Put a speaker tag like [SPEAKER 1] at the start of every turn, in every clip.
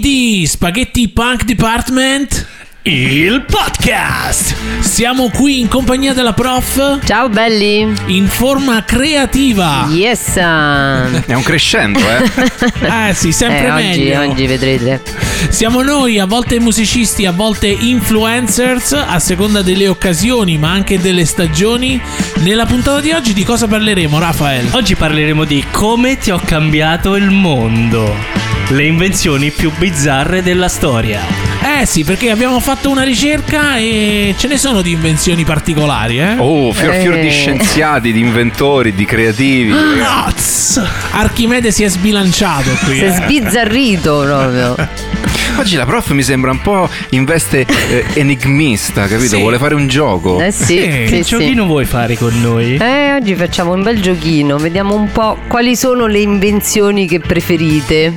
[SPEAKER 1] di Spaghetti Punk Department.
[SPEAKER 2] Il podcast.
[SPEAKER 1] Siamo qui in compagnia della prof
[SPEAKER 3] Ciao belli!
[SPEAKER 1] in forma creativa.
[SPEAKER 3] Yes! Eh,
[SPEAKER 2] È un crescendo, eh?
[SPEAKER 1] Ah sì, sempre
[SPEAKER 3] Eh, oggi,
[SPEAKER 1] meglio.
[SPEAKER 3] oggi vedrete.
[SPEAKER 1] Siamo noi, a volte musicisti, a volte influencers, a seconda delle occasioni, ma anche delle stagioni. Nella puntata di oggi di cosa parleremo, Rafael?
[SPEAKER 4] Oggi parleremo di come ti ho cambiato il mondo. Le invenzioni più bizzarre della storia.
[SPEAKER 1] Eh sì, perché abbiamo fatto una ricerca e ce ne sono di invenzioni particolari, eh?
[SPEAKER 2] Oh, fior fior di
[SPEAKER 3] Eh. Ah,
[SPEAKER 2] scienziati, di inventori, di creativi.
[SPEAKER 1] Nuts! Archimede si è sbilanciato qui.
[SPEAKER 3] Si è
[SPEAKER 1] eh.
[SPEAKER 3] sbizzarrito proprio. Eh,
[SPEAKER 2] Oggi la prof mi sembra un po' in veste eh, enigmista, capito?
[SPEAKER 1] Sì.
[SPEAKER 2] Vuole fare un gioco.
[SPEAKER 3] Eh sì,
[SPEAKER 1] Sì,
[SPEAKER 3] sì,
[SPEAKER 4] Che
[SPEAKER 3] sì.
[SPEAKER 4] giochino vuoi fare con noi?
[SPEAKER 3] Eh, oggi facciamo un bel giochino, vediamo un po' quali sono le invenzioni che preferite.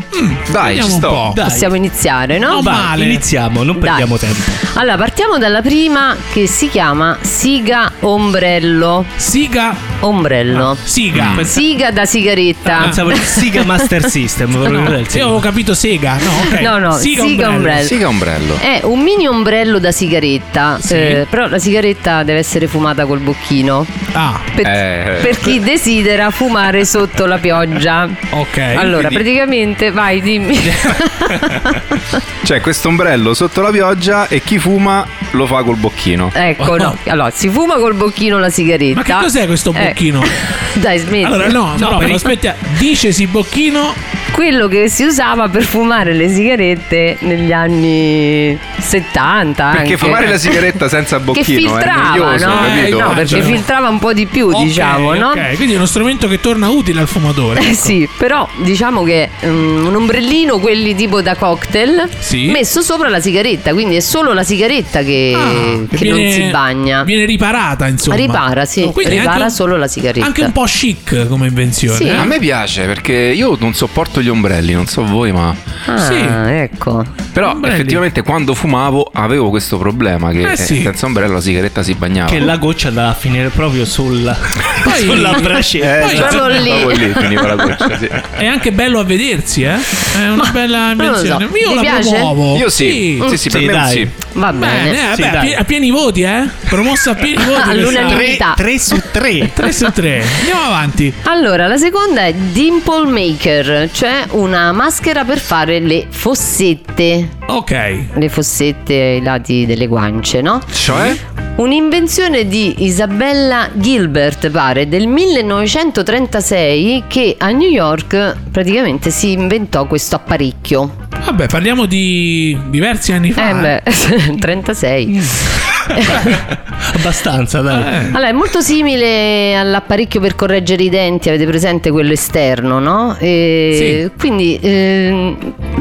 [SPEAKER 2] Dai, ci
[SPEAKER 1] Vediamo un po'.
[SPEAKER 2] sto.
[SPEAKER 4] Dai.
[SPEAKER 3] Possiamo iniziare, no?
[SPEAKER 1] No,
[SPEAKER 4] Vai,
[SPEAKER 1] male.
[SPEAKER 4] Iniziamo, non
[SPEAKER 3] Dai.
[SPEAKER 4] perdiamo tempo.
[SPEAKER 3] Allora, partiamo dalla prima che si chiama siga ombrello.
[SPEAKER 1] Siga. Ah,
[SPEAKER 3] Ombrello.
[SPEAKER 1] Siga.
[SPEAKER 3] Siga da sigaretta.
[SPEAKER 4] Ah, Pensavo il Siga Master System.
[SPEAKER 1] No,
[SPEAKER 4] volevo vedere il
[SPEAKER 1] io
[SPEAKER 4] Siga.
[SPEAKER 1] avevo capito sega. No, ok.
[SPEAKER 3] No, no,
[SPEAKER 1] Siga,
[SPEAKER 3] siga
[SPEAKER 1] ombrello.
[SPEAKER 3] ombrello.
[SPEAKER 2] Siga ombrello.
[SPEAKER 3] È Eh, un mini ombrello da sigaretta,
[SPEAKER 1] Sì.
[SPEAKER 3] eh, però la sigaretta deve essere fumata col bocchino.
[SPEAKER 1] Ah,
[SPEAKER 3] Per,
[SPEAKER 2] Eh.
[SPEAKER 3] per chi desidera fumare sotto la pioggia.
[SPEAKER 1] ok.
[SPEAKER 3] Allora, praticamente, vai, dimmi.
[SPEAKER 2] Cioè, questo ombrello sotto la pioggia e chi fuma lo fa col bocchino.
[SPEAKER 3] ecco, no. Allora, si fuma col bocchino la sigaretta.
[SPEAKER 1] Ma che cos'è questo
[SPEAKER 3] Eh,
[SPEAKER 1] bocchino?
[SPEAKER 3] Dai, smetti.
[SPEAKER 1] Allora, no, no, però aspetta, dicesi bocchino.
[SPEAKER 3] Quello che si usava per fumare le sigarette negli anni 70.
[SPEAKER 2] Perché
[SPEAKER 3] anche.
[SPEAKER 2] fumare la sigaretta senza
[SPEAKER 3] Che
[SPEAKER 2] bocchino
[SPEAKER 3] filtrava,
[SPEAKER 2] è noioso,
[SPEAKER 3] no?
[SPEAKER 2] capito?
[SPEAKER 3] Eh, no,
[SPEAKER 2] Eh,
[SPEAKER 3] perché
[SPEAKER 2] cioè,
[SPEAKER 3] filtrava un po' di più,
[SPEAKER 1] Ok,
[SPEAKER 3] diciamo, no?
[SPEAKER 1] ok, quindi è uno strumento che torna utile al fumatore.
[SPEAKER 3] Eh
[SPEAKER 1] ecco.
[SPEAKER 3] sì, però diciamo che mm, un ombrellino, quelli tipo da cocktail,
[SPEAKER 1] Sì.
[SPEAKER 3] messo sopra la sigaretta, quindi è solo la sigaretta che,
[SPEAKER 1] Ah,
[SPEAKER 3] che non si bagna.
[SPEAKER 1] Viene riparata, insomma.
[SPEAKER 3] Ripara, sì,
[SPEAKER 1] Oh, quindi è
[SPEAKER 3] ripara
[SPEAKER 1] anche un-
[SPEAKER 3] solo la sigaretta.
[SPEAKER 1] Anche un po' chic come invenzione.
[SPEAKER 3] Sì.
[SPEAKER 1] eh?
[SPEAKER 2] A me piace perché io non sopporto gli ombrelli, non so voi, ma.
[SPEAKER 3] Ah,
[SPEAKER 1] sì. Eh,
[SPEAKER 3] ecco.
[SPEAKER 2] Però
[SPEAKER 1] Ombrelli.
[SPEAKER 2] effettivamente quando fumavo avevo questo problema che
[SPEAKER 1] Eh,
[SPEAKER 2] eh,
[SPEAKER 1] sì.
[SPEAKER 2] senza ombrello la sigaretta si bagnava.
[SPEAKER 4] Che la goccia andava a finire proprio sulla,
[SPEAKER 1] Poi-
[SPEAKER 4] sulla
[SPEAKER 2] Eh,
[SPEAKER 4] braciera.
[SPEAKER 2] esatto,
[SPEAKER 3] proprio lì.
[SPEAKER 2] proprio lì finiva la goccia, sì.
[SPEAKER 1] È anche bello a vedersi, eh? È una bella
[SPEAKER 3] non lo so.
[SPEAKER 1] invenzione.
[SPEAKER 3] Ti
[SPEAKER 1] Io la
[SPEAKER 3] piace?
[SPEAKER 1] promuovo.
[SPEAKER 2] Io sì, sì, sì, per
[SPEAKER 4] Sì,
[SPEAKER 2] me
[SPEAKER 4] dai.
[SPEAKER 2] sì.
[SPEAKER 3] Va
[SPEAKER 1] Bene,
[SPEAKER 3] bene.
[SPEAKER 1] eh,
[SPEAKER 4] Sì,
[SPEAKER 1] vabbè, a,
[SPEAKER 4] dai.
[SPEAKER 1] pie- a pieni voti, eh? Promossa a pieni voti.
[SPEAKER 3] All'unanimità.
[SPEAKER 4] 3 su 3.
[SPEAKER 1] 3 su 3. Andiamo avanti.
[SPEAKER 3] Allora, la seconda è Dimple Maker, cioè una maschera per fare le fossette.
[SPEAKER 1] Ok.
[SPEAKER 3] Le fossette ai lati delle guance, no?
[SPEAKER 2] Cioè?
[SPEAKER 3] Un'invenzione di Isabella Gilbert, pare, del 1936 che a New York praticamente si inventò questo apparecchio.
[SPEAKER 1] Vabbè, parliamo di diversi anni fa.
[SPEAKER 3] Eh beh, 36.
[SPEAKER 4] Abbastanza, dai.
[SPEAKER 1] Eh.
[SPEAKER 3] Allora, è molto simile all'apparecchio per correggere i denti, avete presente quello esterno, no? E Quindi ehm,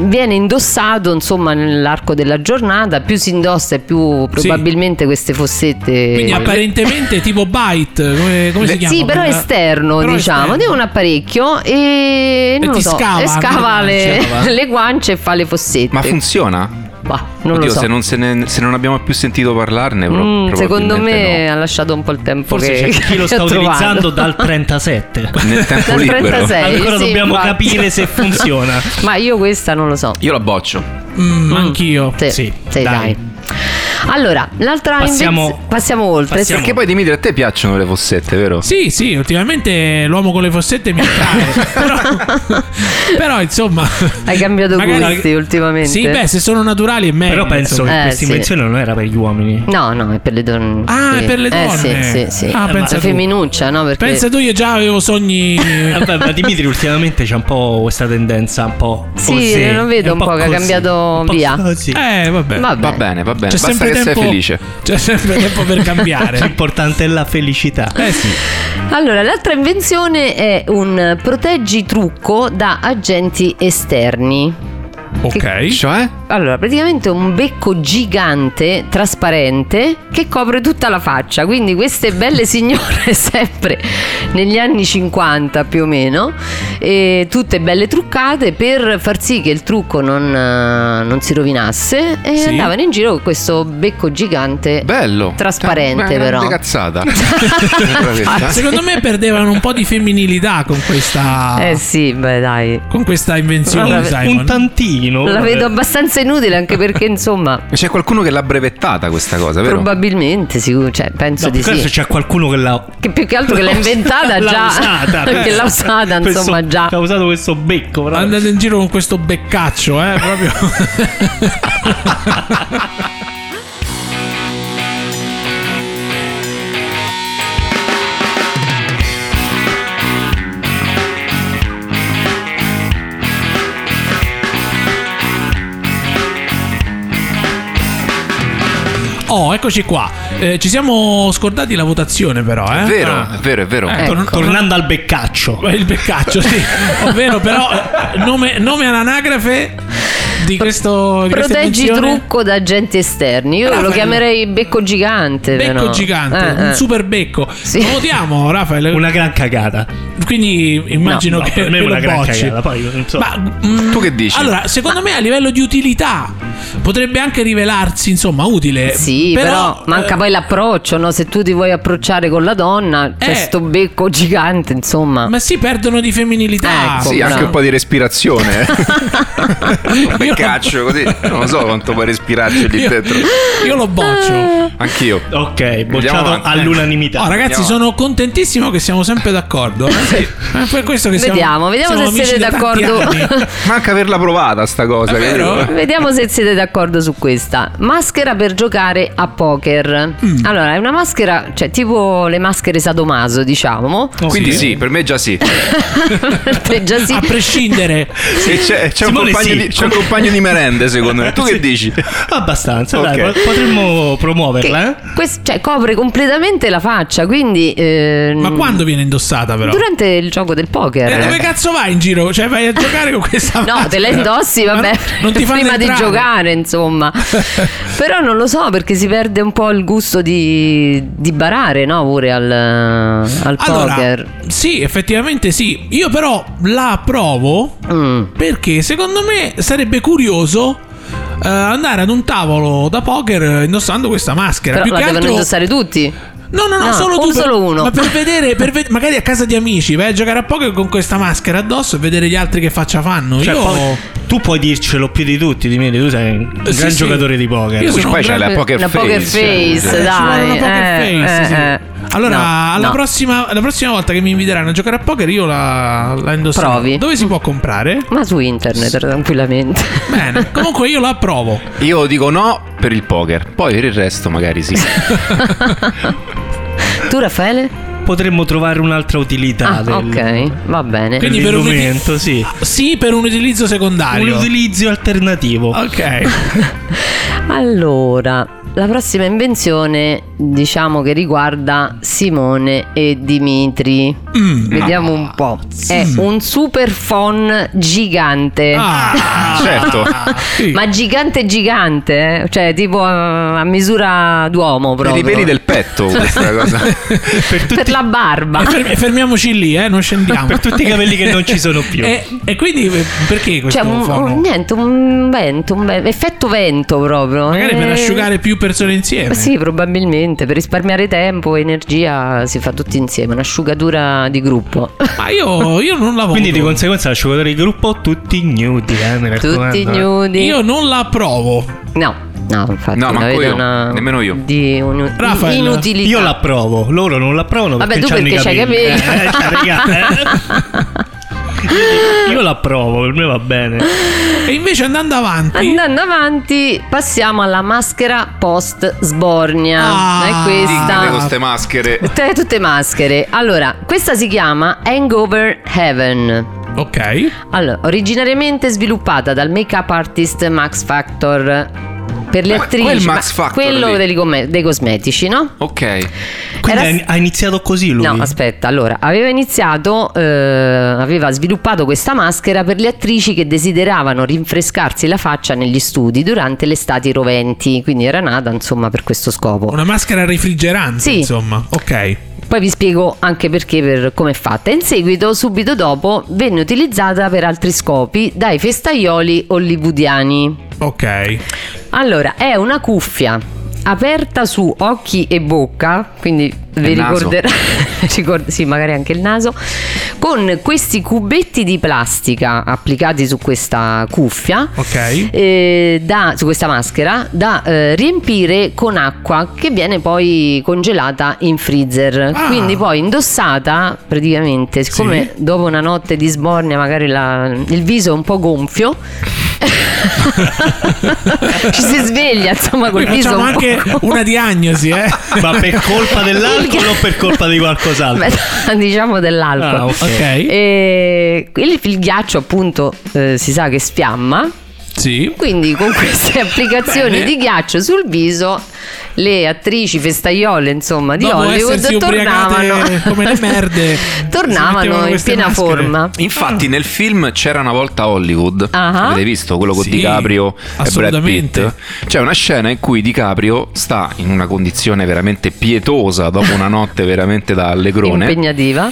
[SPEAKER 3] viene indossato, insomma, nell'arco della giornata, più si indossa e più probabilmente queste fossette...
[SPEAKER 1] Quindi apparentemente tipo bite, come, come si chiama?
[SPEAKER 3] Eh, Sì, però
[SPEAKER 1] quella-
[SPEAKER 3] esterno,
[SPEAKER 1] Però
[SPEAKER 3] diciamo,
[SPEAKER 1] esterno.
[SPEAKER 3] di un apparecchio e non
[SPEAKER 1] ti
[SPEAKER 3] lo so,
[SPEAKER 1] scava
[SPEAKER 3] e scava
[SPEAKER 1] le
[SPEAKER 3] le,
[SPEAKER 1] guance, va.
[SPEAKER 3] le guance e fa le fossette.
[SPEAKER 2] Ma funziona?
[SPEAKER 3] Bah, non
[SPEAKER 2] Oddio,
[SPEAKER 3] lo so.
[SPEAKER 2] se, non se ne- se non abbiamo più sentito parlarne, pro-
[SPEAKER 3] Mm, secondo
[SPEAKER 2] probabilmente
[SPEAKER 3] me ha lasciato un po' il tempo
[SPEAKER 4] Forse
[SPEAKER 3] che,
[SPEAKER 4] c'è chi lo
[SPEAKER 3] che
[SPEAKER 4] sta
[SPEAKER 3] ho trovato.
[SPEAKER 4] utilizzando dal 37.
[SPEAKER 1] Eh,
[SPEAKER 2] no. Nel tempo
[SPEAKER 3] Dal
[SPEAKER 2] libero.
[SPEAKER 3] 36. Eh,
[SPEAKER 4] Ancora
[SPEAKER 3] sì,
[SPEAKER 4] dobbiamo
[SPEAKER 3] infatti.
[SPEAKER 4] capire se funziona.
[SPEAKER 3] Ma io questa non lo so.
[SPEAKER 2] Io la boccio.
[SPEAKER 1] Mm, anch'io.
[SPEAKER 3] Sì,
[SPEAKER 4] Sì,
[SPEAKER 3] sì,
[SPEAKER 4] dai.
[SPEAKER 3] dai. Allora, l'altra
[SPEAKER 4] Passiamo-
[SPEAKER 3] invenz- passiamo oltre.
[SPEAKER 4] passiamo.
[SPEAKER 2] Perché poi Dimitri a te piacciono le fossette, vero?
[SPEAKER 1] Sì, sì, ultimamente l'uomo con le fossette mi attrae. però, però, insomma.
[SPEAKER 3] Hai cambiato
[SPEAKER 1] magari-
[SPEAKER 3] gusti ultimamente.
[SPEAKER 1] Sì, beh, se sono naturali è meglio.
[SPEAKER 4] Però penso
[SPEAKER 1] insomma.
[SPEAKER 4] che
[SPEAKER 3] Eh,
[SPEAKER 4] questa
[SPEAKER 3] sì.
[SPEAKER 4] invenzione non era per gli uomini.
[SPEAKER 3] No, no, è per le donne.
[SPEAKER 1] Ah,
[SPEAKER 3] sì.
[SPEAKER 1] è per le donne.
[SPEAKER 3] Eh, sì, sì, sì.
[SPEAKER 1] Ah, pensa
[SPEAKER 3] la
[SPEAKER 1] tu.
[SPEAKER 3] femminuccia, no? Perché
[SPEAKER 1] Pensa tu, io già avevo sogni.
[SPEAKER 4] Vabbè, ma Dimitri ultimamente c'è un po' questa tendenza un po'
[SPEAKER 3] Sì,
[SPEAKER 4] così,
[SPEAKER 3] lo vedo
[SPEAKER 4] è
[SPEAKER 3] un po' che ha
[SPEAKER 4] così,
[SPEAKER 3] cambiato
[SPEAKER 4] un po'
[SPEAKER 3] via.
[SPEAKER 4] così.
[SPEAKER 1] Eh, vabbè.
[SPEAKER 3] Vabbè.
[SPEAKER 2] Va bene, va bene.
[SPEAKER 1] C'è
[SPEAKER 2] Basta
[SPEAKER 1] sempre
[SPEAKER 2] che
[SPEAKER 1] tempo.
[SPEAKER 2] sei felice.
[SPEAKER 1] C'è sempre tempo per cambiare.
[SPEAKER 4] L'importante è la felicità.
[SPEAKER 1] eh sì.
[SPEAKER 3] Allora, l'altra invenzione è un proteggi trucco da agenti esterni.
[SPEAKER 1] Ok.
[SPEAKER 2] Cioè?
[SPEAKER 3] allora, praticamente un becco gigante, trasparente, che copre tutta la faccia. Quindi queste belle signore, sempre negli anni 50 più o meno, e tutte belle truccate per far sì che il trucco non, eh, non si rovinasse e
[SPEAKER 1] Sì.
[SPEAKER 3] andavano in giro con questo becco gigante
[SPEAKER 2] Bello.
[SPEAKER 3] Trasparente,
[SPEAKER 2] Una grande
[SPEAKER 3] però.
[SPEAKER 2] cazzata. Una verità.
[SPEAKER 1] Secondo me perdevano un po' di femminilità con questa,
[SPEAKER 3] Eh sì, beh dai.
[SPEAKER 1] con questa invenzione
[SPEAKER 3] Vabbè,
[SPEAKER 1] di Simon.
[SPEAKER 4] Un tantino.
[SPEAKER 3] La vedo abbastanza inutile anche perché insomma,
[SPEAKER 2] C'è qualcuno che l'ha brevettata questa cosa, vero?
[SPEAKER 3] probabilmente sì, cioè, penso
[SPEAKER 4] No,
[SPEAKER 3] di
[SPEAKER 4] più che
[SPEAKER 3] sì.
[SPEAKER 4] altro c'è qualcuno che l'ha
[SPEAKER 3] Che più che altro che l'ha inventata
[SPEAKER 4] l'ha
[SPEAKER 3] già.
[SPEAKER 4] usata, eh.
[SPEAKER 3] che
[SPEAKER 1] eh.
[SPEAKER 3] l'ha usata,
[SPEAKER 4] Questo-
[SPEAKER 3] insomma, già.
[SPEAKER 4] che ha usato questo becco però.
[SPEAKER 1] Andate in giro con questo beccaccio, eh, proprio. Oh, eccoci qua. Eh, ci siamo scordati la votazione, però, eh?
[SPEAKER 2] È vero,
[SPEAKER 1] Ah.
[SPEAKER 2] è vero, è vero.
[SPEAKER 1] Eh,
[SPEAKER 3] Ecco.
[SPEAKER 1] torn- torn-
[SPEAKER 4] Tornando al beccaccio.
[SPEAKER 1] il beccaccio, sì. Ovvero, però, eh, nome, nome all'anagrafe di questo. Di questa
[SPEAKER 3] Proteggi
[SPEAKER 1] invenzione?
[SPEAKER 3] trucco da agenti esterni. Io lo
[SPEAKER 1] Raffaello.
[SPEAKER 3] chiamerei becco gigante.
[SPEAKER 1] Becco
[SPEAKER 3] però.
[SPEAKER 1] gigante,
[SPEAKER 3] Eh, eh.
[SPEAKER 1] un super becco.
[SPEAKER 3] Sì.
[SPEAKER 1] Lo votiamo, Rafael.
[SPEAKER 4] Una gran cagata.
[SPEAKER 1] Quindi immagino
[SPEAKER 4] No, no,
[SPEAKER 1] che
[SPEAKER 4] per me è
[SPEAKER 1] che
[SPEAKER 4] una
[SPEAKER 1] lo
[SPEAKER 4] gran
[SPEAKER 1] bocci.
[SPEAKER 4] cagata, poi, non so.
[SPEAKER 1] mm,
[SPEAKER 2] Tu che dici?
[SPEAKER 1] Allora, secondo me a livello di utilità potrebbe anche rivelarsi, insomma, utile.
[SPEAKER 3] Sì, però, manca
[SPEAKER 1] eh,
[SPEAKER 3] poi l'approccio, no? Se tu ti vuoi approcciare con la donna, c'è
[SPEAKER 1] Eh.
[SPEAKER 3] sto becco gigante, insomma.
[SPEAKER 1] Ma si perdono di femminilità.
[SPEAKER 3] Ecco.
[SPEAKER 2] Sì,
[SPEAKER 3] Bravo.
[SPEAKER 2] anche un po' di respirazione. eh.
[SPEAKER 1] Io-
[SPEAKER 2] Un Beccaccio così. Non so quanto puoi respirarci lì
[SPEAKER 1] Io-
[SPEAKER 2] dentro.
[SPEAKER 1] Io lo
[SPEAKER 3] Ah.
[SPEAKER 1] boccio.
[SPEAKER 3] Eh.
[SPEAKER 2] Anch'io.
[SPEAKER 4] Ok, bocciato
[SPEAKER 2] avanti.
[SPEAKER 4] all'unanimità.
[SPEAKER 1] Oh, ragazzi,
[SPEAKER 2] Andiamo.
[SPEAKER 1] sono contentissimo che siamo sempre d'accordo. eh. È per questo che siamo,
[SPEAKER 3] Vediamo, vediamo
[SPEAKER 1] siamo
[SPEAKER 3] se
[SPEAKER 1] amici
[SPEAKER 3] siete
[SPEAKER 1] da tanti anni. Oh,
[SPEAKER 3] d'accordo.
[SPEAKER 2] Manca averla provata sta cosa.
[SPEAKER 1] È vero?
[SPEAKER 2] capito?
[SPEAKER 3] Vediamo se siete d'accordo su questa. Maschera per giocare a poker.
[SPEAKER 1] Mm.
[SPEAKER 3] Allora, è una maschera, cioè tipo le maschere sadomaso, diciamo.
[SPEAKER 4] Oh,
[SPEAKER 2] Quindi sì, per me già sì.
[SPEAKER 1] Eh,
[SPEAKER 3] Per te già sì.
[SPEAKER 1] A prescindere,
[SPEAKER 2] E c'è, c'è un
[SPEAKER 4] Simone,
[SPEAKER 2] compagno
[SPEAKER 4] sì.
[SPEAKER 2] di, c'è un compagno di merende, secondo me. Tu che dici?
[SPEAKER 4] Abbastanza, dai,
[SPEAKER 2] Ok.
[SPEAKER 4] po- potremmo
[SPEAKER 3] Che
[SPEAKER 4] promuoverla, eh?
[SPEAKER 3] quest- cioè, copre completamente la faccia, quindi... eh,
[SPEAKER 1] ma quando viene indossata, però?
[SPEAKER 3] Durante il gioco del poker.
[SPEAKER 1] Eh, dove cazzo vai in giro? Cioè, vai a giocare con questa
[SPEAKER 3] No, te la
[SPEAKER 1] maschera?
[SPEAKER 3] indossi,
[SPEAKER 1] Ma
[SPEAKER 3] vabbè,
[SPEAKER 1] non ti fanno
[SPEAKER 3] prima di
[SPEAKER 1] entrare.
[SPEAKER 3] giocare, insomma. Però non lo so perché si perde un po' il gusto di, di barare, no? Pure al, al
[SPEAKER 1] Allora,
[SPEAKER 3] poker.
[SPEAKER 1] sì, effettivamente sì. Io però la approvo
[SPEAKER 3] Mm.
[SPEAKER 1] perché secondo me sarebbe curioso eh, andare ad un tavolo da poker indossando questa maschera.
[SPEAKER 3] Però
[SPEAKER 1] Più
[SPEAKER 3] la
[SPEAKER 1] che
[SPEAKER 3] devono
[SPEAKER 1] altro
[SPEAKER 3] indossare tutti.
[SPEAKER 1] No, no, no,
[SPEAKER 3] No,
[SPEAKER 1] solo
[SPEAKER 3] un
[SPEAKER 1] tu. per-
[SPEAKER 3] solo uno.
[SPEAKER 1] Ma per vedere, per ve- magari a casa di amici, vai a giocare a poker con questa maschera addosso e vedere gli altri che faccia fanno.
[SPEAKER 4] Cioè,
[SPEAKER 1] Io
[SPEAKER 4] poi- tu puoi dircelo più di tutti, Dimitri, tu sei un
[SPEAKER 1] Eh, sì,
[SPEAKER 4] gran
[SPEAKER 1] sì.
[SPEAKER 4] giocatore di poker.
[SPEAKER 1] Io sono un
[SPEAKER 2] Poi c'è
[SPEAKER 1] grande-
[SPEAKER 2] la poker
[SPEAKER 3] una
[SPEAKER 2] face.
[SPEAKER 3] poker
[SPEAKER 2] cioè,
[SPEAKER 3] face,
[SPEAKER 2] cioè,
[SPEAKER 1] Ci vuole
[SPEAKER 3] dai.
[SPEAKER 1] una poker
[SPEAKER 3] eh,
[SPEAKER 1] face,
[SPEAKER 3] eh,
[SPEAKER 1] sì.
[SPEAKER 3] eh.
[SPEAKER 1] Allora,
[SPEAKER 3] No,
[SPEAKER 1] alla,
[SPEAKER 3] no.
[SPEAKER 1] prossima, alla prossima volta che mi inviteranno a giocare a poker, io la, la indosserò.
[SPEAKER 3] Provi.
[SPEAKER 1] Dove si può comprare?
[SPEAKER 3] Ma su internet, tranquillamente.
[SPEAKER 1] Bene, comunque io la approvo.
[SPEAKER 2] Io dico no per il poker, poi per il resto magari sì.
[SPEAKER 3] tu, Raffaele?
[SPEAKER 4] Potremmo trovare un'altra utilità
[SPEAKER 3] Ah,
[SPEAKER 4] del,
[SPEAKER 3] ok, va bene.
[SPEAKER 1] Quindi per un-
[SPEAKER 4] momento, sì.
[SPEAKER 1] Sì, per un utilizzo
[SPEAKER 4] Un
[SPEAKER 1] secondario.
[SPEAKER 4] utilizzo alternativo.
[SPEAKER 1] ok.
[SPEAKER 3] Allora, la prossima invenzione diciamo che riguarda Simone e Dimitri.
[SPEAKER 1] Mm.
[SPEAKER 3] Vediamo un po'. È un super phone gigante.
[SPEAKER 1] Ah,
[SPEAKER 2] Certo.
[SPEAKER 1] sì.
[SPEAKER 3] Ma gigante gigante, eh? cioè tipo eh, a misura d'uomo
[SPEAKER 2] Per
[SPEAKER 3] proprio.
[SPEAKER 2] i peli del petto questa cosa.
[SPEAKER 4] Per tutti,
[SPEAKER 3] Per la barba.
[SPEAKER 1] E fermi- fermiamoci lì, eh, non scendiamo.
[SPEAKER 4] per tutti i capelli che non ci sono più.
[SPEAKER 1] E, e quindi eh, perché questo
[SPEAKER 3] Cioè, un,
[SPEAKER 1] fono?
[SPEAKER 3] un- niente, un vento, un ve- effetto vento proprio.
[SPEAKER 1] Magari per
[SPEAKER 3] Eh,
[SPEAKER 1] asciugare più persone insieme.
[SPEAKER 3] Sì, probabilmente, per risparmiare tempo e energia si fa tutti insieme, un'asciugatura di gruppo.
[SPEAKER 1] Ma io, io non la voto.
[SPEAKER 4] Quindi di conseguenza l'asciugatore di gruppo tutti nudi, eh, mi raccomando.
[SPEAKER 3] Tutti nudi.
[SPEAKER 1] Io non la approvo.
[SPEAKER 3] No, no, infatti,
[SPEAKER 2] No,
[SPEAKER 3] la
[SPEAKER 2] manco
[SPEAKER 3] vedo
[SPEAKER 2] io,
[SPEAKER 3] una-
[SPEAKER 2] nemmeno io.
[SPEAKER 3] Di un-
[SPEAKER 1] Raffaele,
[SPEAKER 3] inutilità.
[SPEAKER 4] Io l'approvo, loro non l'approvano
[SPEAKER 3] Vabbè,
[SPEAKER 4] perché
[SPEAKER 3] tu
[SPEAKER 4] c'hanno
[SPEAKER 3] perché
[SPEAKER 4] i
[SPEAKER 3] c'hai
[SPEAKER 4] capelli.
[SPEAKER 3] capelli.
[SPEAKER 4] Eh, cioè, raga, eh. Io l'approvo, per me va bene.
[SPEAKER 1] E invece andando avanti.
[SPEAKER 3] Andando avanti, passiamo alla maschera post sbornia.
[SPEAKER 1] Ah,
[SPEAKER 3] è
[SPEAKER 1] dignità
[SPEAKER 2] Con
[SPEAKER 3] questa.
[SPEAKER 2] queste maschere.
[SPEAKER 3] Tutte, tutte maschere. Allora, questa si chiama Hangover Heaven.
[SPEAKER 1] Ok.
[SPEAKER 3] Allora, originariamente sviluppata dal make-up artist Max Factor. per le
[SPEAKER 2] Que-
[SPEAKER 3] attrici,
[SPEAKER 2] quel Max
[SPEAKER 3] ma
[SPEAKER 2] Factor
[SPEAKER 3] quello
[SPEAKER 2] lì.
[SPEAKER 3] dei, come- dei cosmetici, no?
[SPEAKER 2] Ok.
[SPEAKER 4] Quindi
[SPEAKER 3] Era-
[SPEAKER 4] ha- ha iniziato così lui.
[SPEAKER 3] No, aspetta, allora, aveva iniziato, eh, aveva sviluppato questa maschera per le attrici che desideravano rinfrescarsi la faccia negli studi durante le estati roventi, quindi era nata insomma per questo scopo.
[SPEAKER 1] Una maschera refrigerante,
[SPEAKER 3] Sì.
[SPEAKER 1] insomma. Ok.
[SPEAKER 3] Poi vi spiego anche perché, per come è fatta. In seguito, subito dopo, venne utilizzata per altri scopi dai festaioli hollywoodiani.
[SPEAKER 1] Ok.
[SPEAKER 3] Allora, è una cuffia aperta su occhi e bocca, quindi vi
[SPEAKER 2] il naso.
[SPEAKER 3] ricorderà, ricord- sì, magari anche il naso, con questi cubetti di plastica applicati su questa cuffia.
[SPEAKER 1] Ok.
[SPEAKER 3] eh, da- su questa maschera da eh, riempire con acqua che viene poi congelata in freezer
[SPEAKER 1] Ah.
[SPEAKER 3] quindi poi indossata praticamente siccome dopo una notte di sbornia magari la- il viso è un po' gonfio ci si sveglia insomma
[SPEAKER 1] Qui
[SPEAKER 3] col viso
[SPEAKER 1] facciamo
[SPEAKER 3] un po'
[SPEAKER 1] anche
[SPEAKER 3] gonfio.
[SPEAKER 1] una diagnosi, eh.
[SPEAKER 4] Ma per colpa dell'alcol o per colpa di qualcos'altro?
[SPEAKER 3] Beh, diciamo dell'alcol
[SPEAKER 4] Ah, ok.
[SPEAKER 1] Ok.
[SPEAKER 3] E il, il ghiaccio appunto eh, si sa che sfiamma
[SPEAKER 1] Sì.
[SPEAKER 3] Quindi con queste applicazioni
[SPEAKER 1] Bene.
[SPEAKER 3] di ghiaccio sul viso le attrici festaiole insomma di
[SPEAKER 1] Dopo essersi
[SPEAKER 3] Hollywood
[SPEAKER 1] ubriacate
[SPEAKER 3] tornavano
[SPEAKER 1] come le merde, si mettevano
[SPEAKER 3] tornavano in
[SPEAKER 1] queste
[SPEAKER 3] piena
[SPEAKER 1] maschere.
[SPEAKER 3] forma.
[SPEAKER 2] Infatti nel film C'era una volta Hollywood,
[SPEAKER 3] Ah.
[SPEAKER 2] avete visto quello con
[SPEAKER 1] Sì,
[SPEAKER 2] DiCaprio e Brad
[SPEAKER 1] assolutamente.
[SPEAKER 2] Pitt? C'è una scena in cui DiCaprio sta in una condizione veramente pietosa dopo una notte veramente da allegrone
[SPEAKER 3] Impegnativa.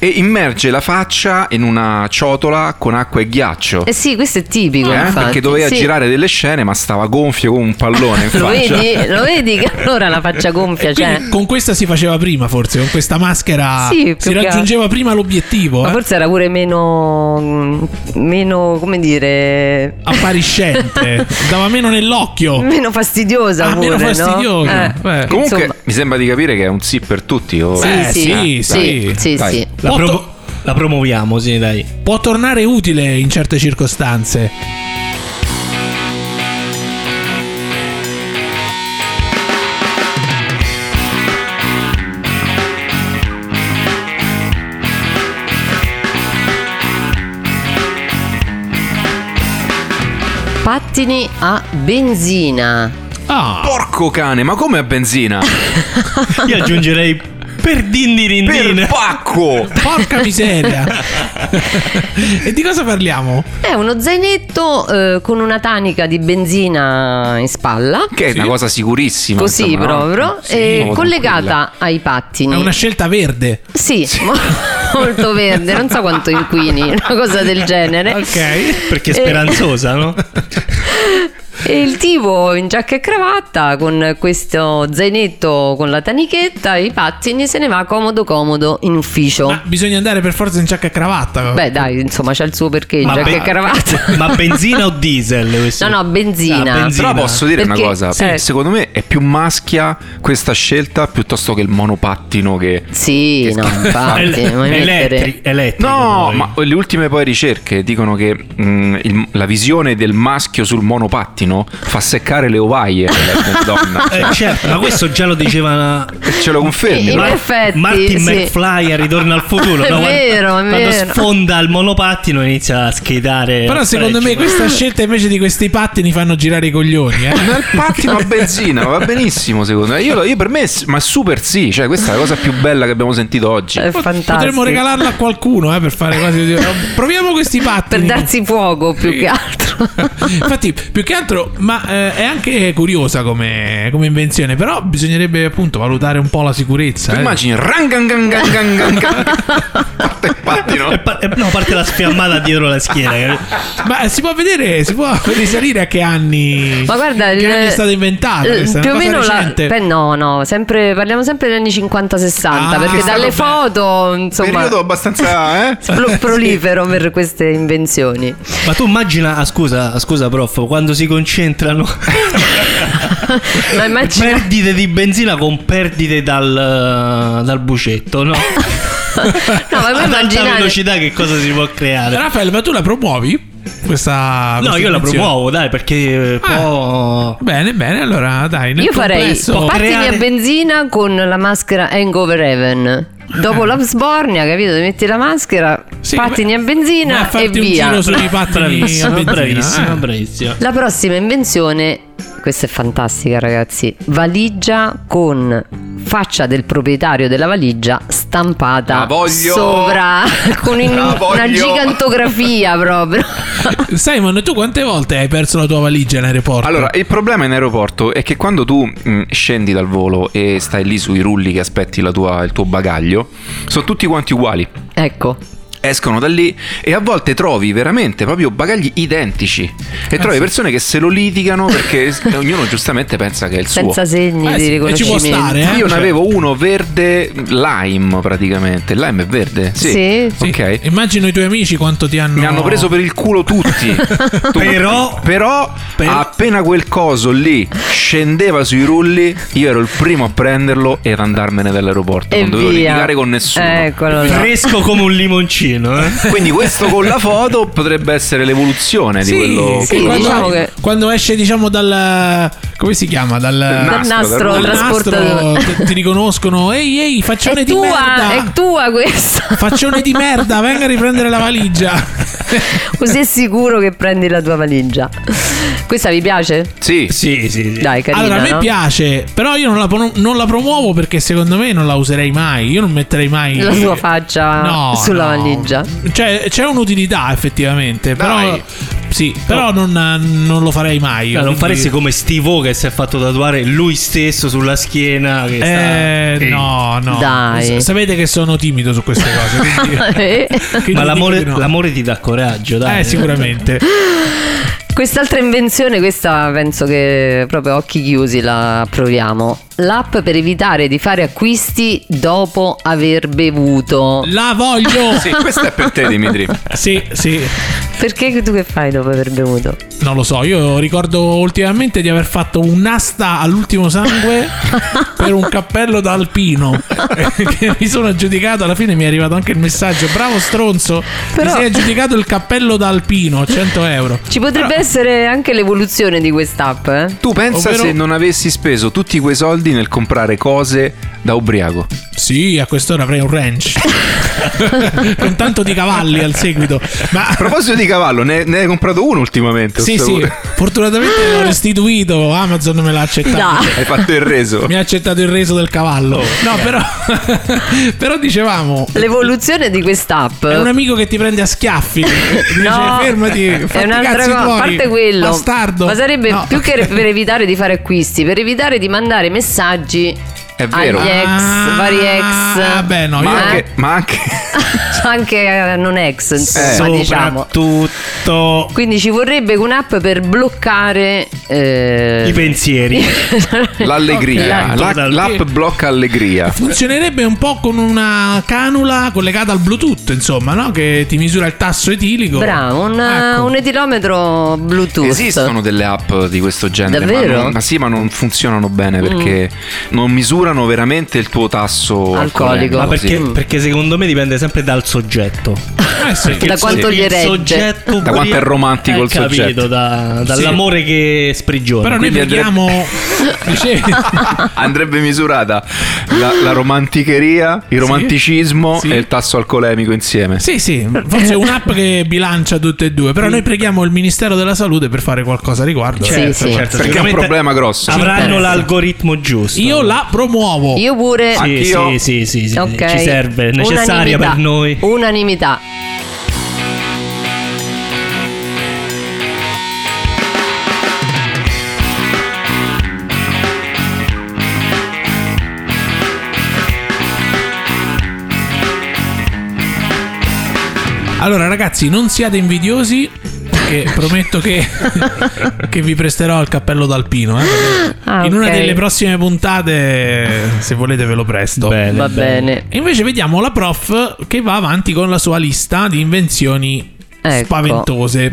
[SPEAKER 2] e immerge la faccia in una ciotola con acqua e ghiaccio.
[SPEAKER 3] Eh sì, questo è tipico.
[SPEAKER 2] Eh,
[SPEAKER 3] infatti.
[SPEAKER 2] perché doveva
[SPEAKER 3] Sì.
[SPEAKER 2] girare delle scene ma stava gonfio come un pallone in
[SPEAKER 3] Lo
[SPEAKER 2] faccia.
[SPEAKER 3] vedi, lo vedi che allora la faccia gonfia. Cioè.
[SPEAKER 1] Quindi con questa si faceva prima, forse. Con questa maschera
[SPEAKER 3] Sì, più
[SPEAKER 1] si
[SPEAKER 3] che altro.
[SPEAKER 1] raggiungeva prima l'obiettivo.
[SPEAKER 3] Ma
[SPEAKER 1] eh.
[SPEAKER 3] forse era pure meno. mm, meno come dire.
[SPEAKER 1] Appariscente. Dava meno nell'occhio.
[SPEAKER 3] meno fastidiosa.
[SPEAKER 1] Ah, meno
[SPEAKER 3] pure, no?
[SPEAKER 1] fastidiosa.
[SPEAKER 3] Eh.
[SPEAKER 1] Beh.
[SPEAKER 2] Comunque
[SPEAKER 3] Insomma.
[SPEAKER 2] mi sembra di capire che è un sì per tutti. oh. o-
[SPEAKER 1] Beh,
[SPEAKER 3] sì,
[SPEAKER 1] Eh, sì, sì.
[SPEAKER 3] sì, sì, sì,
[SPEAKER 2] Dai.
[SPEAKER 3] sì.
[SPEAKER 4] La,
[SPEAKER 1] Può
[SPEAKER 4] promo-
[SPEAKER 1] to-
[SPEAKER 4] la promuoviamo, sì, dai.
[SPEAKER 1] può tornare utile in certe circostanze.
[SPEAKER 3] Pattini a benzina.
[SPEAKER 1] Ah,
[SPEAKER 2] Porco cane, ma come a benzina?
[SPEAKER 4] Io aggiungerei per dindirindin.
[SPEAKER 2] per pacco!
[SPEAKER 1] porca miseria. e di cosa parliamo?
[SPEAKER 3] È uno zainetto eh, con una tanica di benzina in spalla,
[SPEAKER 2] Che è
[SPEAKER 1] Sì.
[SPEAKER 2] una cosa sicurissima.
[SPEAKER 3] così
[SPEAKER 2] insomma, no?
[SPEAKER 3] proprio,
[SPEAKER 2] Sì,
[SPEAKER 3] e
[SPEAKER 2] molto tranquilla.
[SPEAKER 3] collegata ai
[SPEAKER 1] È
[SPEAKER 3] pattini.
[SPEAKER 1] una scelta verde.
[SPEAKER 3] Sì, mo- molto verde, non so quanto inquini, una cosa del genere.
[SPEAKER 1] Ok.
[SPEAKER 4] Perché è
[SPEAKER 3] Eh.
[SPEAKER 4] speranzosa, no?
[SPEAKER 3] E il tipo in giacca e cravatta con questo zainetto con la tanichetta e i pattini se ne va comodo comodo in ufficio.
[SPEAKER 1] Ma bisogna andare per forza in giacca e cravatta.
[SPEAKER 3] Beh dai, insomma c'è il suo perché, in
[SPEAKER 4] Ma
[SPEAKER 3] giacca
[SPEAKER 4] ben-
[SPEAKER 3] e cravatta.
[SPEAKER 4] Ma benzina o diesel? questo?
[SPEAKER 3] No, no, benzina.
[SPEAKER 4] Ah,
[SPEAKER 2] Però posso dire
[SPEAKER 3] Perché-
[SPEAKER 2] una cosa,
[SPEAKER 3] sì.
[SPEAKER 2] secondo me è più maschia questa scelta piuttosto che il monopattino che...
[SPEAKER 3] Sì, no,
[SPEAKER 4] Ah,
[SPEAKER 3] infatti.
[SPEAKER 4] el-
[SPEAKER 3] vuoi mettere-
[SPEAKER 4] elettri- elettrico,
[SPEAKER 2] No,
[SPEAKER 4] poi.
[SPEAKER 2] ma le ultime poi ricerche dicono che mh, il- la visione del maschio sul monopattino fa seccare le ovaie della della donna.
[SPEAKER 4] Eh, certo, ma questo già lo diceva
[SPEAKER 2] Ce lo confermi?
[SPEAKER 3] In
[SPEAKER 2] no?
[SPEAKER 4] Mar-
[SPEAKER 3] effetti,
[SPEAKER 4] Martin
[SPEAKER 3] sì.
[SPEAKER 4] McFly a Ritorno al futuro.
[SPEAKER 3] È
[SPEAKER 4] no? Quando-
[SPEAKER 3] vero, è
[SPEAKER 4] quando
[SPEAKER 3] vero.
[SPEAKER 4] sfonda il monopattino inizia a schedare.
[SPEAKER 1] Però secondo me questa scelta invece di questi pattini fanno girare i coglioni. Eh?
[SPEAKER 2] Nel pattino a benzina va benissimo secondo me. Io, lo- io per me, è s- ma super sì, cioè questa è la cosa più bella che abbiamo sentito oggi.
[SPEAKER 3] È fantastico.
[SPEAKER 1] Potremmo regalarla a qualcuno eh, per fare quasi. Proviamo questi
[SPEAKER 3] per
[SPEAKER 1] pattini.
[SPEAKER 3] darsi fuoco più
[SPEAKER 1] Sì.
[SPEAKER 3] che altro.
[SPEAKER 1] Infatti, più che altro, ma eh, è anche curiosa come, come invenzione. Però bisognerebbe appunto valutare un po' la sicurezza.
[SPEAKER 2] Tu
[SPEAKER 1] eh.
[SPEAKER 2] immagini rangangangangangangan Parte il pattino.
[SPEAKER 4] E pa- e- no, parte la sfiammata dietro la schiena. capito?
[SPEAKER 1] Ma eh, si può vedere, si può risalire a che anni.
[SPEAKER 3] Ma guarda,
[SPEAKER 1] che
[SPEAKER 3] il-
[SPEAKER 1] anni è stata inventata.
[SPEAKER 3] il-
[SPEAKER 1] questa,
[SPEAKER 3] più o
[SPEAKER 1] Una cosa
[SPEAKER 3] meno la,
[SPEAKER 1] recente.
[SPEAKER 3] beh, no, no, sempre, parliamo sempre degli anni 50-60,
[SPEAKER 1] Ah,
[SPEAKER 3] perché
[SPEAKER 1] che
[SPEAKER 3] dalle
[SPEAKER 1] stato
[SPEAKER 3] foto, insomma,
[SPEAKER 2] Periodo abbastanza, eh?
[SPEAKER 3] pro- prolifero per queste invenzioni.
[SPEAKER 4] Ma tu immagina, ah, scusa, scusa, prof, quando si concentrano
[SPEAKER 3] Ma immagina
[SPEAKER 4] perdite di benzina con perdite dal, dal bucetto, no?
[SPEAKER 3] No, ma voi
[SPEAKER 4] Ad alta
[SPEAKER 3] immaginate
[SPEAKER 4] velocità che cosa si può creare?
[SPEAKER 1] Raffaele, ma tu la promuovi? Questa.
[SPEAKER 4] No,
[SPEAKER 1] questa
[SPEAKER 4] io la
[SPEAKER 1] invenzione?
[SPEAKER 4] promuovo, dai, perché eh,
[SPEAKER 1] Ah.
[SPEAKER 4] può.
[SPEAKER 1] Bene, bene, allora dai. nel
[SPEAKER 3] Io farei
[SPEAKER 1] complesso-
[SPEAKER 3] pattini
[SPEAKER 4] creare-
[SPEAKER 3] a benzina con la maschera Hangover Heaven. Dopo la sbornia, capito? Ti metti la maschera,
[SPEAKER 1] Sì,
[SPEAKER 3] pattini
[SPEAKER 1] ma-
[SPEAKER 3] a
[SPEAKER 1] ma a
[SPEAKER 3] benzina e
[SPEAKER 1] farti un
[SPEAKER 3] via.
[SPEAKER 1] giro sui pattini a
[SPEAKER 4] Bravissimo,
[SPEAKER 1] benzina,
[SPEAKER 4] bravissimo,
[SPEAKER 1] eh.
[SPEAKER 4] bravissimo.
[SPEAKER 3] La prossima invenzione questa è fantastica ragazzi, valigia con faccia del proprietario della valigia stampata
[SPEAKER 2] La voglio!
[SPEAKER 3] sopra con in-
[SPEAKER 2] La voglio!
[SPEAKER 3] una gigantografia proprio.
[SPEAKER 1] Simon, tu quante volte hai perso la tua valigia in aeroporto?
[SPEAKER 2] Allora, il problema in aeroporto è che quando tu mh, scendi dal volo e stai lì sui rulli che aspetti la tua- il tuo bagaglio, sono tutti quanti uguali.
[SPEAKER 3] Ecco,
[SPEAKER 2] Escono da lì e a volte trovi veramente proprio bagagli identici. E trovi
[SPEAKER 1] sì.
[SPEAKER 2] persone che se lo litigano perché s- ognuno giustamente pensa che è il suo.
[SPEAKER 3] senza segni
[SPEAKER 1] Eh
[SPEAKER 3] di
[SPEAKER 1] sì, e ci può
[SPEAKER 3] riconoscimento.
[SPEAKER 1] stare, eh?
[SPEAKER 2] Io ne
[SPEAKER 1] Cioè-
[SPEAKER 2] avevo uno verde lime praticamente. Il lime è verde? Sì.
[SPEAKER 3] Sì.
[SPEAKER 1] Sì,
[SPEAKER 2] Ok.
[SPEAKER 1] Immagino i tuoi amici quanto ti hanno.
[SPEAKER 2] Mi hanno preso per il culo tutti. Tu-
[SPEAKER 4] Però-
[SPEAKER 2] però
[SPEAKER 4] per-
[SPEAKER 2] appena quel coso lì scendeva sui rulli, io ero il primo a prenderlo e ad andarmene dall'aeroporto.
[SPEAKER 3] E
[SPEAKER 2] non dovevo
[SPEAKER 3] via.
[SPEAKER 2] litigare con nessuno.
[SPEAKER 1] Ecco.
[SPEAKER 3] Eccolo là.
[SPEAKER 4] Fresco come un limoncino, eh?
[SPEAKER 2] Quindi questo con la foto potrebbe essere l'evoluzione
[SPEAKER 1] Sì,
[SPEAKER 2] di quello.
[SPEAKER 1] sì,
[SPEAKER 3] che-
[SPEAKER 1] quando,
[SPEAKER 3] diciamo che-
[SPEAKER 1] quando esce, diciamo, dal. come si chiama? Dal.
[SPEAKER 3] Dal
[SPEAKER 2] nastro,
[SPEAKER 3] nastro
[SPEAKER 2] dal
[SPEAKER 3] trasportatore.
[SPEAKER 1] nastro, t- ti riconoscono. Ehi, ehi, faccione
[SPEAKER 3] È
[SPEAKER 1] di
[SPEAKER 3] tua,
[SPEAKER 1] merda.
[SPEAKER 3] è tua questa.
[SPEAKER 1] Faccione di merda, venga a riprendere la valigia.
[SPEAKER 3] Così è sicuro che prendi la tua valigia. Questa vi piace?
[SPEAKER 2] Sì,
[SPEAKER 4] Sì, sì, sì.
[SPEAKER 3] Dai, carina.
[SPEAKER 1] allora, a me
[SPEAKER 3] no?
[SPEAKER 1] piace, però io non la, pro- non la promuovo perché secondo me non la userei mai. Io non metterei mai
[SPEAKER 3] La sua faccia
[SPEAKER 1] No,
[SPEAKER 3] sulla
[SPEAKER 1] no.
[SPEAKER 3] valigia.
[SPEAKER 1] Cioè, c'è un'utilità effettivamente, però.
[SPEAKER 2] Dai.
[SPEAKER 1] Sì, però non, non lo farei mai.
[SPEAKER 4] Cioè, non
[SPEAKER 1] quindi-
[SPEAKER 4] faresti come Steve O che si è fatto tatuare lui stesso sulla schiena. Che
[SPEAKER 1] Eh,
[SPEAKER 4] sta-
[SPEAKER 1] no, no.
[SPEAKER 3] Dai. Ah, eh.
[SPEAKER 1] S- sapete che sono timido su queste cose. quindi- quindi
[SPEAKER 4] Ma
[SPEAKER 1] dico
[SPEAKER 4] l'amore,
[SPEAKER 1] di no.
[SPEAKER 4] l'amore ti dà coraggio, dai.
[SPEAKER 1] Eh, sicuramente.
[SPEAKER 3] Quest'altra invenzione, questa penso che proprio a occhi chiusi la proviamo. L'app per evitare di fare acquisti dopo aver bevuto.
[SPEAKER 1] La voglio.
[SPEAKER 2] sì, questa è per te, Dimitri.
[SPEAKER 1] sì, sì.
[SPEAKER 3] Perché tu che fai dopo aver bevuto?
[SPEAKER 1] Non lo so, io ricordo ultimamente di aver fatto un'asta all'ultimo sangue per un cappello da alpino. che mi sono aggiudicato, alla fine mi è arrivato anche il messaggio: bravo stronzo,
[SPEAKER 3] Però-
[SPEAKER 1] ti sei aggiudicato il cappello da alpino, 100 euro.
[SPEAKER 3] Ci potrebbe essere anche l'evoluzione di quest'app, eh?
[SPEAKER 2] Tu pensa
[SPEAKER 1] Ovvero-
[SPEAKER 2] se non avessi speso tutti quei soldi nel comprare cose da ubriaco.
[SPEAKER 1] Sì, a quest'ora avrei un ranch con tanto di cavalli al seguito. Ma
[SPEAKER 2] A proposito di cavallo, ne, ne hai comprato uno ultimamente. ho
[SPEAKER 1] sì, sì,
[SPEAKER 2] saputo.
[SPEAKER 1] fortunatamente l'ho restituito. Amazon me l'ha accettato.
[SPEAKER 3] Dai.
[SPEAKER 2] Hai fatto il reso.
[SPEAKER 1] Mi ha accettato il reso del
[SPEAKER 2] Oh,
[SPEAKER 1] cavallo. No, però, però dicevamo.
[SPEAKER 3] L'evoluzione di quest'app.
[SPEAKER 1] È un amico che ti prende a schiaffi. Ti dice
[SPEAKER 3] No,
[SPEAKER 1] fermati, fatti
[SPEAKER 3] è un'altra
[SPEAKER 1] cazzi
[SPEAKER 3] cosa. A
[SPEAKER 1] tuoi,
[SPEAKER 3] parte quello,
[SPEAKER 1] Bastardo.
[SPEAKER 3] ma sarebbe
[SPEAKER 1] No.
[SPEAKER 3] più che per evitare di fare acquisti, per evitare di mandare messaggi
[SPEAKER 2] È vero.
[SPEAKER 3] agli ex,
[SPEAKER 1] Ah,
[SPEAKER 3] vari ex.
[SPEAKER 1] vabbè, no,
[SPEAKER 2] ma,
[SPEAKER 1] io-
[SPEAKER 2] anche, ma anche-
[SPEAKER 3] anche eh, non ex, insomma,
[SPEAKER 2] Eh.
[SPEAKER 3] diciamo.
[SPEAKER 4] Soprattutto
[SPEAKER 3] Quindi ci vorrebbe un'app per bloccare eh,
[SPEAKER 4] i pensieri.
[SPEAKER 2] l'allegria.
[SPEAKER 4] Ok,
[SPEAKER 2] La-
[SPEAKER 4] dal-
[SPEAKER 2] l'app blocca allegria.
[SPEAKER 1] Funzionerebbe un po' con una canula collegata al Bluetooth, insomma, no? Che ti misura il tasso etilico.
[SPEAKER 3] Bravo, un,
[SPEAKER 1] Ecco.
[SPEAKER 3] un etilometro Bluetooth.
[SPEAKER 2] Esistono delle app di questo genere,
[SPEAKER 3] Davvero?
[SPEAKER 2] Ma, non- ma sì, ma non funzionano bene perché non misurano veramente il tuo tasso
[SPEAKER 3] Alcolico.
[SPEAKER 2] alcolico.
[SPEAKER 4] Ma
[SPEAKER 3] Sì.
[SPEAKER 4] perché,
[SPEAKER 3] Mm.
[SPEAKER 4] perché secondo me dipende sempre dal soggetto.
[SPEAKER 1] Eh sì.
[SPEAKER 4] Perché
[SPEAKER 3] Da
[SPEAKER 4] il
[SPEAKER 3] quanto
[SPEAKER 4] so-
[SPEAKER 3] gli
[SPEAKER 4] il
[SPEAKER 3] regge.
[SPEAKER 4] soggetto
[SPEAKER 2] Da quanto è romantico
[SPEAKER 4] Eh,
[SPEAKER 2] il
[SPEAKER 4] capito,
[SPEAKER 2] soggetto.
[SPEAKER 4] da- dall'amore che sprigiona.
[SPEAKER 1] Però noi
[SPEAKER 2] Quindi andrebbe-
[SPEAKER 1] prendiamo. Dicevi-
[SPEAKER 2] Andrebbe misurata la, la romanticheria, il romanticismo
[SPEAKER 1] Sì.
[SPEAKER 2] e il tasso alcolemico insieme.
[SPEAKER 1] Sì, sì, forse è un'app che bilancia tutte e due. Però noi preghiamo il Ministero della Salute per fare qualcosa a riguardo.
[SPEAKER 3] Sì,
[SPEAKER 4] Certo,
[SPEAKER 3] sì.
[SPEAKER 2] Perché
[SPEAKER 4] certo,
[SPEAKER 2] è un
[SPEAKER 4] sicuramente
[SPEAKER 2] problema grosso.
[SPEAKER 4] Avranno
[SPEAKER 3] interessa.
[SPEAKER 4] l'algoritmo giusto.
[SPEAKER 1] Io la promuovo.
[SPEAKER 3] Io pure.
[SPEAKER 2] Ah,
[SPEAKER 4] Sì,
[SPEAKER 2] Anch'io.
[SPEAKER 4] sì, sì, sì, sì, sì,
[SPEAKER 3] Ok.
[SPEAKER 4] ci serve, è necessaria
[SPEAKER 3] Unanimità.
[SPEAKER 4] per noi.
[SPEAKER 3] Unanimità.
[SPEAKER 1] Allora, ragazzi, non siate invidiosi. Che prometto che, che vi presterò il cappello d'alpino. eh.
[SPEAKER 3] Ah,
[SPEAKER 1] In una
[SPEAKER 3] ok.
[SPEAKER 1] delle prossime puntate, se volete, ve lo presto.
[SPEAKER 4] Bene,
[SPEAKER 3] Va bene.
[SPEAKER 1] E invece vediamo la prof che va avanti con la sua lista di invenzioni
[SPEAKER 3] Ecco.
[SPEAKER 1] spaventose.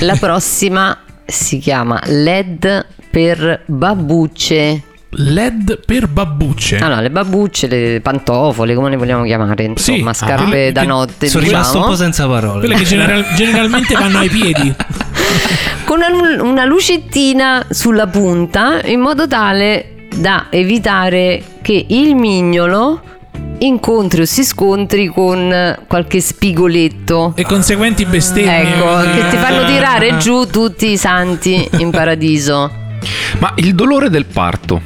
[SPEAKER 3] La prossima si chiama LED per babbucce.
[SPEAKER 1] LED per babbucce.
[SPEAKER 3] Allora, le babbucce, le pantofole, come le vogliamo chiamare,
[SPEAKER 1] Sì.
[SPEAKER 3] insomma,
[SPEAKER 1] Ah,
[SPEAKER 3] scarpe
[SPEAKER 1] quelle
[SPEAKER 3] da
[SPEAKER 1] che-
[SPEAKER 3] notte,
[SPEAKER 4] Sono rimasto un
[SPEAKER 3] diciamo.
[SPEAKER 4] po' senza parole.
[SPEAKER 1] Quelle che general- generalmente vanno ai piedi.
[SPEAKER 3] con una, una lucettina sulla punta in modo tale da evitare che il mignolo incontri o si scontri con qualche spigoletto.
[SPEAKER 1] E Eh. conseguenti bestemmie. Eh,
[SPEAKER 3] Ecco, che ti fanno tirare giù tutti i santi in paradiso.
[SPEAKER 2] Ma il dolore del parto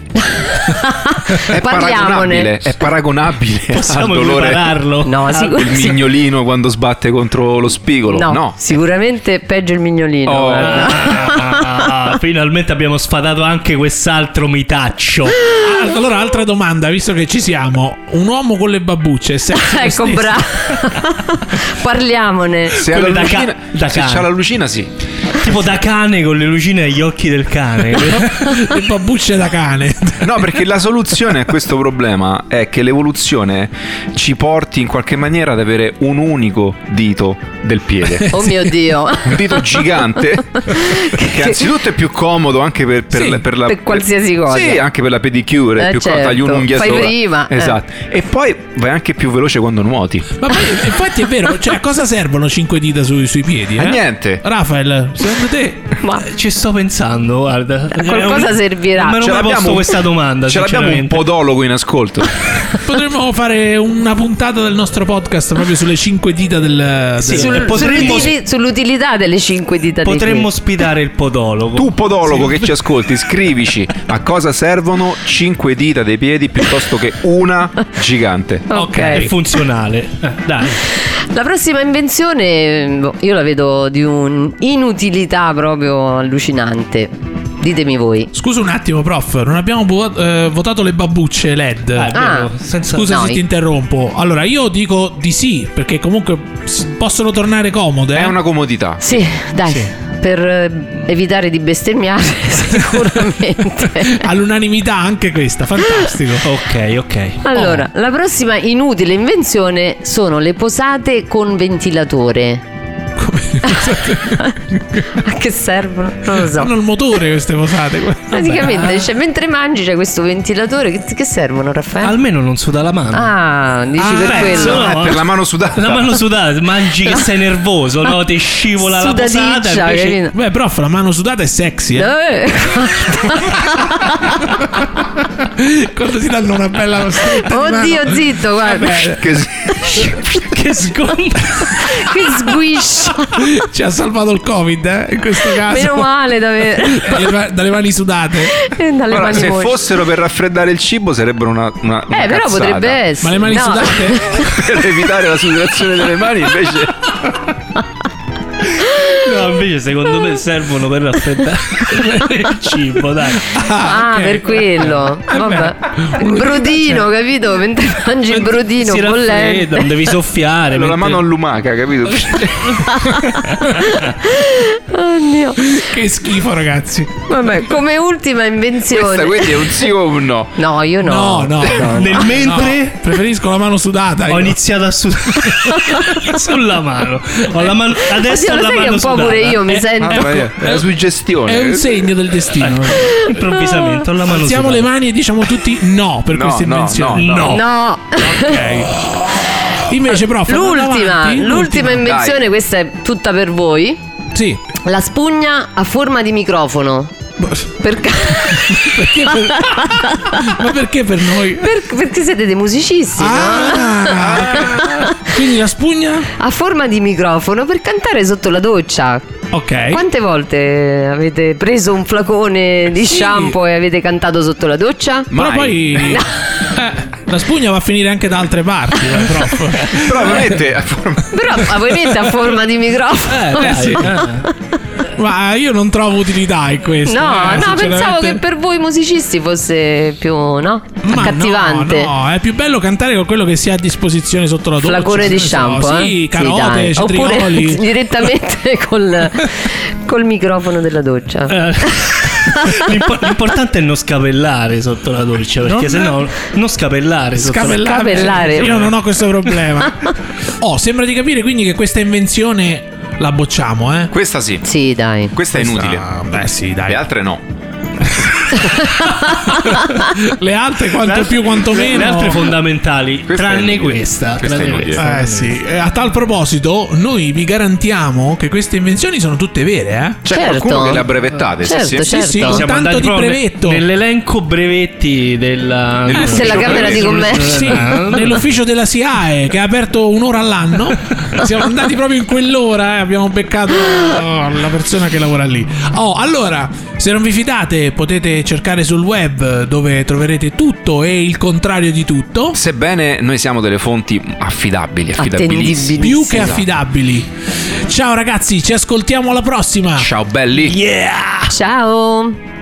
[SPEAKER 2] è paragonabile,
[SPEAKER 3] Parliamone.
[SPEAKER 2] è paragonabile al
[SPEAKER 4] Possiamo
[SPEAKER 2] dolore
[SPEAKER 4] equipararlo?
[SPEAKER 3] No,
[SPEAKER 4] Ah,
[SPEAKER 3] sicur-
[SPEAKER 2] del mignolino quando sbatte contro lo spigolo. No,
[SPEAKER 3] sicuramente peggio il mignolino.
[SPEAKER 2] Oh.
[SPEAKER 3] guarda.
[SPEAKER 4] Ah, finalmente abbiamo sfadato anche quest'altro mitaccio.
[SPEAKER 1] Ah, Allora, altra domanda, visto che ci siamo, un uomo con le babbucce è sempre lo
[SPEAKER 3] ecco,
[SPEAKER 1] stesso?
[SPEAKER 3] bravo. Parliamone.
[SPEAKER 2] se ha
[SPEAKER 4] Quelle
[SPEAKER 2] la
[SPEAKER 4] da ca-
[SPEAKER 2] lucina-
[SPEAKER 4] da
[SPEAKER 2] se
[SPEAKER 4] cane.
[SPEAKER 2] c'ha la lucina, sì.
[SPEAKER 4] Tipo da cane con le lucine agli occhi del cane.
[SPEAKER 1] Le babbucce da cane.
[SPEAKER 2] No, perché la soluzione a questo problema è che l'evoluzione ci porti in qualche maniera ad avere un unico dito del piede.
[SPEAKER 3] Oh mio Dio.
[SPEAKER 2] Un dito gigante che anzitutto è più comodo anche per, per,
[SPEAKER 1] Sì,
[SPEAKER 2] la, per la-
[SPEAKER 3] per qualsiasi cosa.
[SPEAKER 2] Sì, anche per la pedicure, è
[SPEAKER 3] Eh,
[SPEAKER 2] più comodo,
[SPEAKER 3] certo.
[SPEAKER 2] tagli un'unghia
[SPEAKER 3] Fai
[SPEAKER 2] sola.
[SPEAKER 3] prima, eh.
[SPEAKER 2] Esatto. E poi vai anche più veloce quando nuoti.
[SPEAKER 1] Ma poi, infatti è vero, cioè a cosa servono cinque dita sui, sui piedi?
[SPEAKER 2] A
[SPEAKER 1] eh?
[SPEAKER 2] niente.
[SPEAKER 1] Raffaele, secondo te?
[SPEAKER 3] Ma
[SPEAKER 4] Ci sto pensando, guarda.
[SPEAKER 3] qualcosa
[SPEAKER 4] Eh, un-
[SPEAKER 3] servirà.
[SPEAKER 4] Non me
[SPEAKER 2] Ce
[SPEAKER 4] l'ho mai
[SPEAKER 2] l'abbiamo
[SPEAKER 4] posto
[SPEAKER 2] un-
[SPEAKER 4] questa domanda.
[SPEAKER 2] Ce l'abbiamo un
[SPEAKER 4] sinceramente.
[SPEAKER 2] podologo in ascolto.
[SPEAKER 1] Potremmo fare una puntata del nostro podcast proprio sulle cinque dita del...
[SPEAKER 4] Sì,
[SPEAKER 1] del-
[SPEAKER 4] sul- potremmo-
[SPEAKER 3] sull'utili- sull'utilità delle cinque dita dei
[SPEAKER 4] Potremmo
[SPEAKER 3] piedi.
[SPEAKER 4] ospitare il podologo.
[SPEAKER 2] Tu podologo che ci ascolti, scrivici a cosa servono cinque dita dei piedi piuttosto che una gigante.
[SPEAKER 4] È
[SPEAKER 3] Ok.
[SPEAKER 4] funzionale. Eh, dai.
[SPEAKER 3] La prossima invenzione boh, io la vedo di un'inutilità proprio allucinante. Ditemi voi.
[SPEAKER 1] Scusa un attimo, prof, non abbiamo vo- eh, votato le babbucce LED.
[SPEAKER 4] Ah, è vero,
[SPEAKER 3] Ah.
[SPEAKER 4] senza-
[SPEAKER 1] Scusa
[SPEAKER 3] Noi.
[SPEAKER 1] se ti interrompo. Allora, io dico di sì, perché comunque s- possono tornare comode. eh.
[SPEAKER 2] È una comodità.
[SPEAKER 3] Sì, dai.
[SPEAKER 1] Sì.
[SPEAKER 3] Per eh, evitare di bestemmiare, sicuramente.
[SPEAKER 1] All'unanimità anche questa, fantastico. Oh,
[SPEAKER 4] Ok, ok.
[SPEAKER 3] Allora, la prossima inutile invenzione sono le posate con ventilatore. A che servono? Non lo
[SPEAKER 1] Hanno
[SPEAKER 3] so.
[SPEAKER 1] il motore queste posate.
[SPEAKER 3] Praticamente, cioè, mentre mangi c'è questo ventilatore. Che, che servono, Raffaele?
[SPEAKER 4] Almeno non suda la mano.
[SPEAKER 3] Ah, dici
[SPEAKER 1] Ah,
[SPEAKER 3] per
[SPEAKER 1] beh,
[SPEAKER 3] quello.
[SPEAKER 4] insomma,
[SPEAKER 2] Eh, per la mano sudata.
[SPEAKER 4] La mano sudata, mangi che sei nervoso, no? Ti scivola la
[SPEAKER 3] Sudaticcia,
[SPEAKER 4] posata. Invece...
[SPEAKER 3] capito?
[SPEAKER 1] Beh, prof, la mano sudata è sexy, eh.
[SPEAKER 3] Eh,
[SPEAKER 1] Quando si danno una bella costretta di mano.
[SPEAKER 3] Oddio, zitto, guarda.
[SPEAKER 1] Vabbè,
[SPEAKER 2] Che s-
[SPEAKER 4] Che scontro.
[SPEAKER 3] Che sguiscio.
[SPEAKER 1] ci ha salvato il covid, eh, in questo caso.
[SPEAKER 3] Meno male davvero.
[SPEAKER 1] Dalle ma- dalle mani sudate.
[SPEAKER 3] E dalle
[SPEAKER 2] Ora,
[SPEAKER 3] mani
[SPEAKER 2] se
[SPEAKER 3] moce.
[SPEAKER 2] fossero per raffreddare il cibo sarebbero una, una, una
[SPEAKER 3] Eh, però
[SPEAKER 2] cazzata.
[SPEAKER 3] potrebbe essere.
[SPEAKER 1] Ma le mani
[SPEAKER 3] No.
[SPEAKER 1] sudate?
[SPEAKER 2] per evitare la sudorazione delle mani invece
[SPEAKER 4] No, invece secondo me servono per raffreddare il cibo, dai.
[SPEAKER 3] Ah,
[SPEAKER 1] ok.
[SPEAKER 3] per quello. Vabbè. Il brodino, capito? Mentre mangi il brodino
[SPEAKER 4] si raffredda,
[SPEAKER 3] bollente.
[SPEAKER 4] non devi soffiare.
[SPEAKER 2] Allora, la
[SPEAKER 4] mentre-
[SPEAKER 2] mano allumaca capito
[SPEAKER 3] Oddio.
[SPEAKER 1] Che schifo, ragazzi.
[SPEAKER 3] Vabbè, come ultima
[SPEAKER 2] questa
[SPEAKER 3] invenzione.
[SPEAKER 2] quindi è un sì o un no Ah,
[SPEAKER 3] No, io no.
[SPEAKER 1] No, no. no,
[SPEAKER 4] Nel
[SPEAKER 1] no.
[SPEAKER 4] mentre-
[SPEAKER 1] No, preferisco la mano sudata.
[SPEAKER 4] Ho
[SPEAKER 1] io.
[SPEAKER 4] iniziato a sudare sulla mano. Ho la mano adesso
[SPEAKER 3] Oddio,
[SPEAKER 4] ho
[SPEAKER 3] lo
[SPEAKER 4] la
[SPEAKER 3] sai che
[SPEAKER 4] mano
[SPEAKER 3] un po'
[SPEAKER 4] sudata.
[SPEAKER 3] pure io mi
[SPEAKER 4] Eh,
[SPEAKER 3] sento.
[SPEAKER 2] Ah, ma è è la suggestione
[SPEAKER 1] È un segno del destino.
[SPEAKER 4] improvvisamente ho la mano
[SPEAKER 1] Alziamo
[SPEAKER 4] sudata.
[SPEAKER 1] le mani e diciamo tutti no per
[SPEAKER 2] No,
[SPEAKER 1] queste
[SPEAKER 2] no,
[SPEAKER 1] invenzioni.
[SPEAKER 2] no, no.
[SPEAKER 3] No.
[SPEAKER 1] Invece, prof, andiamo
[SPEAKER 3] L'ultima,
[SPEAKER 1] avanti.
[SPEAKER 3] l'ultima invenzione,
[SPEAKER 2] Dai.
[SPEAKER 3] questa è tutta per voi.
[SPEAKER 1] Sì.
[SPEAKER 3] La spugna a forma di microfono. Perché,
[SPEAKER 1] Perché per... Ma perché per noi?
[SPEAKER 3] per- perché siete dei musicisti, no?
[SPEAKER 1] Ah, quindi la spugna?
[SPEAKER 3] A forma di microfono per cantare sotto la doccia.
[SPEAKER 1] Ok.
[SPEAKER 3] Quante volte avete preso un flacone di
[SPEAKER 1] Eh, Sì.
[SPEAKER 3] shampoo e avete cantato sotto la doccia?
[SPEAKER 1] Però
[SPEAKER 2] Mai.
[SPEAKER 1] poi eh, la spugna va a finire anche da altre parti, eh, prof.
[SPEAKER 2] però veramente a forma-
[SPEAKER 3] Però ovviamente a forma di microfono.
[SPEAKER 1] Eh, sì. eh. Ma io non trovo utilità in questo.
[SPEAKER 3] No,
[SPEAKER 1] eh,
[SPEAKER 3] no, pensavo
[SPEAKER 1] sinceramente.
[SPEAKER 3] che per voi musicisti fosse più, no?
[SPEAKER 1] Ma
[SPEAKER 3] Accattivante.
[SPEAKER 1] No, no, è più bello cantare con quello che si ha a disposizione sotto la doccia.
[SPEAKER 3] Flacone
[SPEAKER 1] che
[SPEAKER 3] di
[SPEAKER 1] ne so,
[SPEAKER 3] shampoo, eh?
[SPEAKER 1] Sì,
[SPEAKER 3] dai.
[SPEAKER 1] carote,
[SPEAKER 3] Oppure
[SPEAKER 1] cetrioli.
[SPEAKER 3] direttamente col, col microfono della doccia.
[SPEAKER 4] Eh, l'impo- L'importante è non scapellare sotto la doccia perché
[SPEAKER 1] Non-
[SPEAKER 4] sennò non scapellare sotto la
[SPEAKER 1] Scapellare.
[SPEAKER 3] Scapellare.
[SPEAKER 1] Io non ho questo problema. Oh, sembra di capire quindi che questa invenzione la bocciamo, eh?
[SPEAKER 2] questa sì
[SPEAKER 3] Sì, dai.
[SPEAKER 2] questa è inutile
[SPEAKER 1] Beh, sì, dai.
[SPEAKER 2] le altre no
[SPEAKER 1] le altre quanto più quanto meno
[SPEAKER 4] Le altre fondamentali,
[SPEAKER 2] Questa è
[SPEAKER 4] tranne
[SPEAKER 2] inutile.
[SPEAKER 4] questa.
[SPEAKER 2] Questa è
[SPEAKER 4] tranne
[SPEAKER 2] inutile.
[SPEAKER 4] questa.
[SPEAKER 1] Eh, sì. E a tal proposito, noi vi garantiamo che queste invenzioni sono tutte vere, eh?
[SPEAKER 2] C'è
[SPEAKER 3] Certo.
[SPEAKER 2] qualcuno che le ha brevettate. sì,
[SPEAKER 3] Certo,
[SPEAKER 2] sì.
[SPEAKER 3] certo.
[SPEAKER 1] Sì, sì, con
[SPEAKER 4] Siamo
[SPEAKER 1] tanto
[SPEAKER 4] andati
[SPEAKER 1] di
[SPEAKER 4] proprio
[SPEAKER 1] brevetto.
[SPEAKER 4] Nell'elenco brevetti della,
[SPEAKER 2] Nell'ufficio Ah, della Camera brevetti. di
[SPEAKER 3] Commercio.
[SPEAKER 1] Eh,
[SPEAKER 4] Eh,
[SPEAKER 1] Sì, nell'ufficio della SIAE che è aperto un'ora all'anno. Siamo andati proprio in quell'ora e abbiamo beccato oh, la persona che lavora lì. Oh, allora, se non vi fidate, potete cercare sul web dove troverete tutto e il contrario di tutto.
[SPEAKER 2] Sebbene noi siamo delle fonti affidabili, affidabilissime.
[SPEAKER 3] Attendibili.
[SPEAKER 1] Più che
[SPEAKER 3] Esatto.
[SPEAKER 1] affidabili. Ciao ragazzi, ci ascoltiamo alla prossima.
[SPEAKER 2] Ciao belli.
[SPEAKER 1] Yeah!
[SPEAKER 3] Ciao.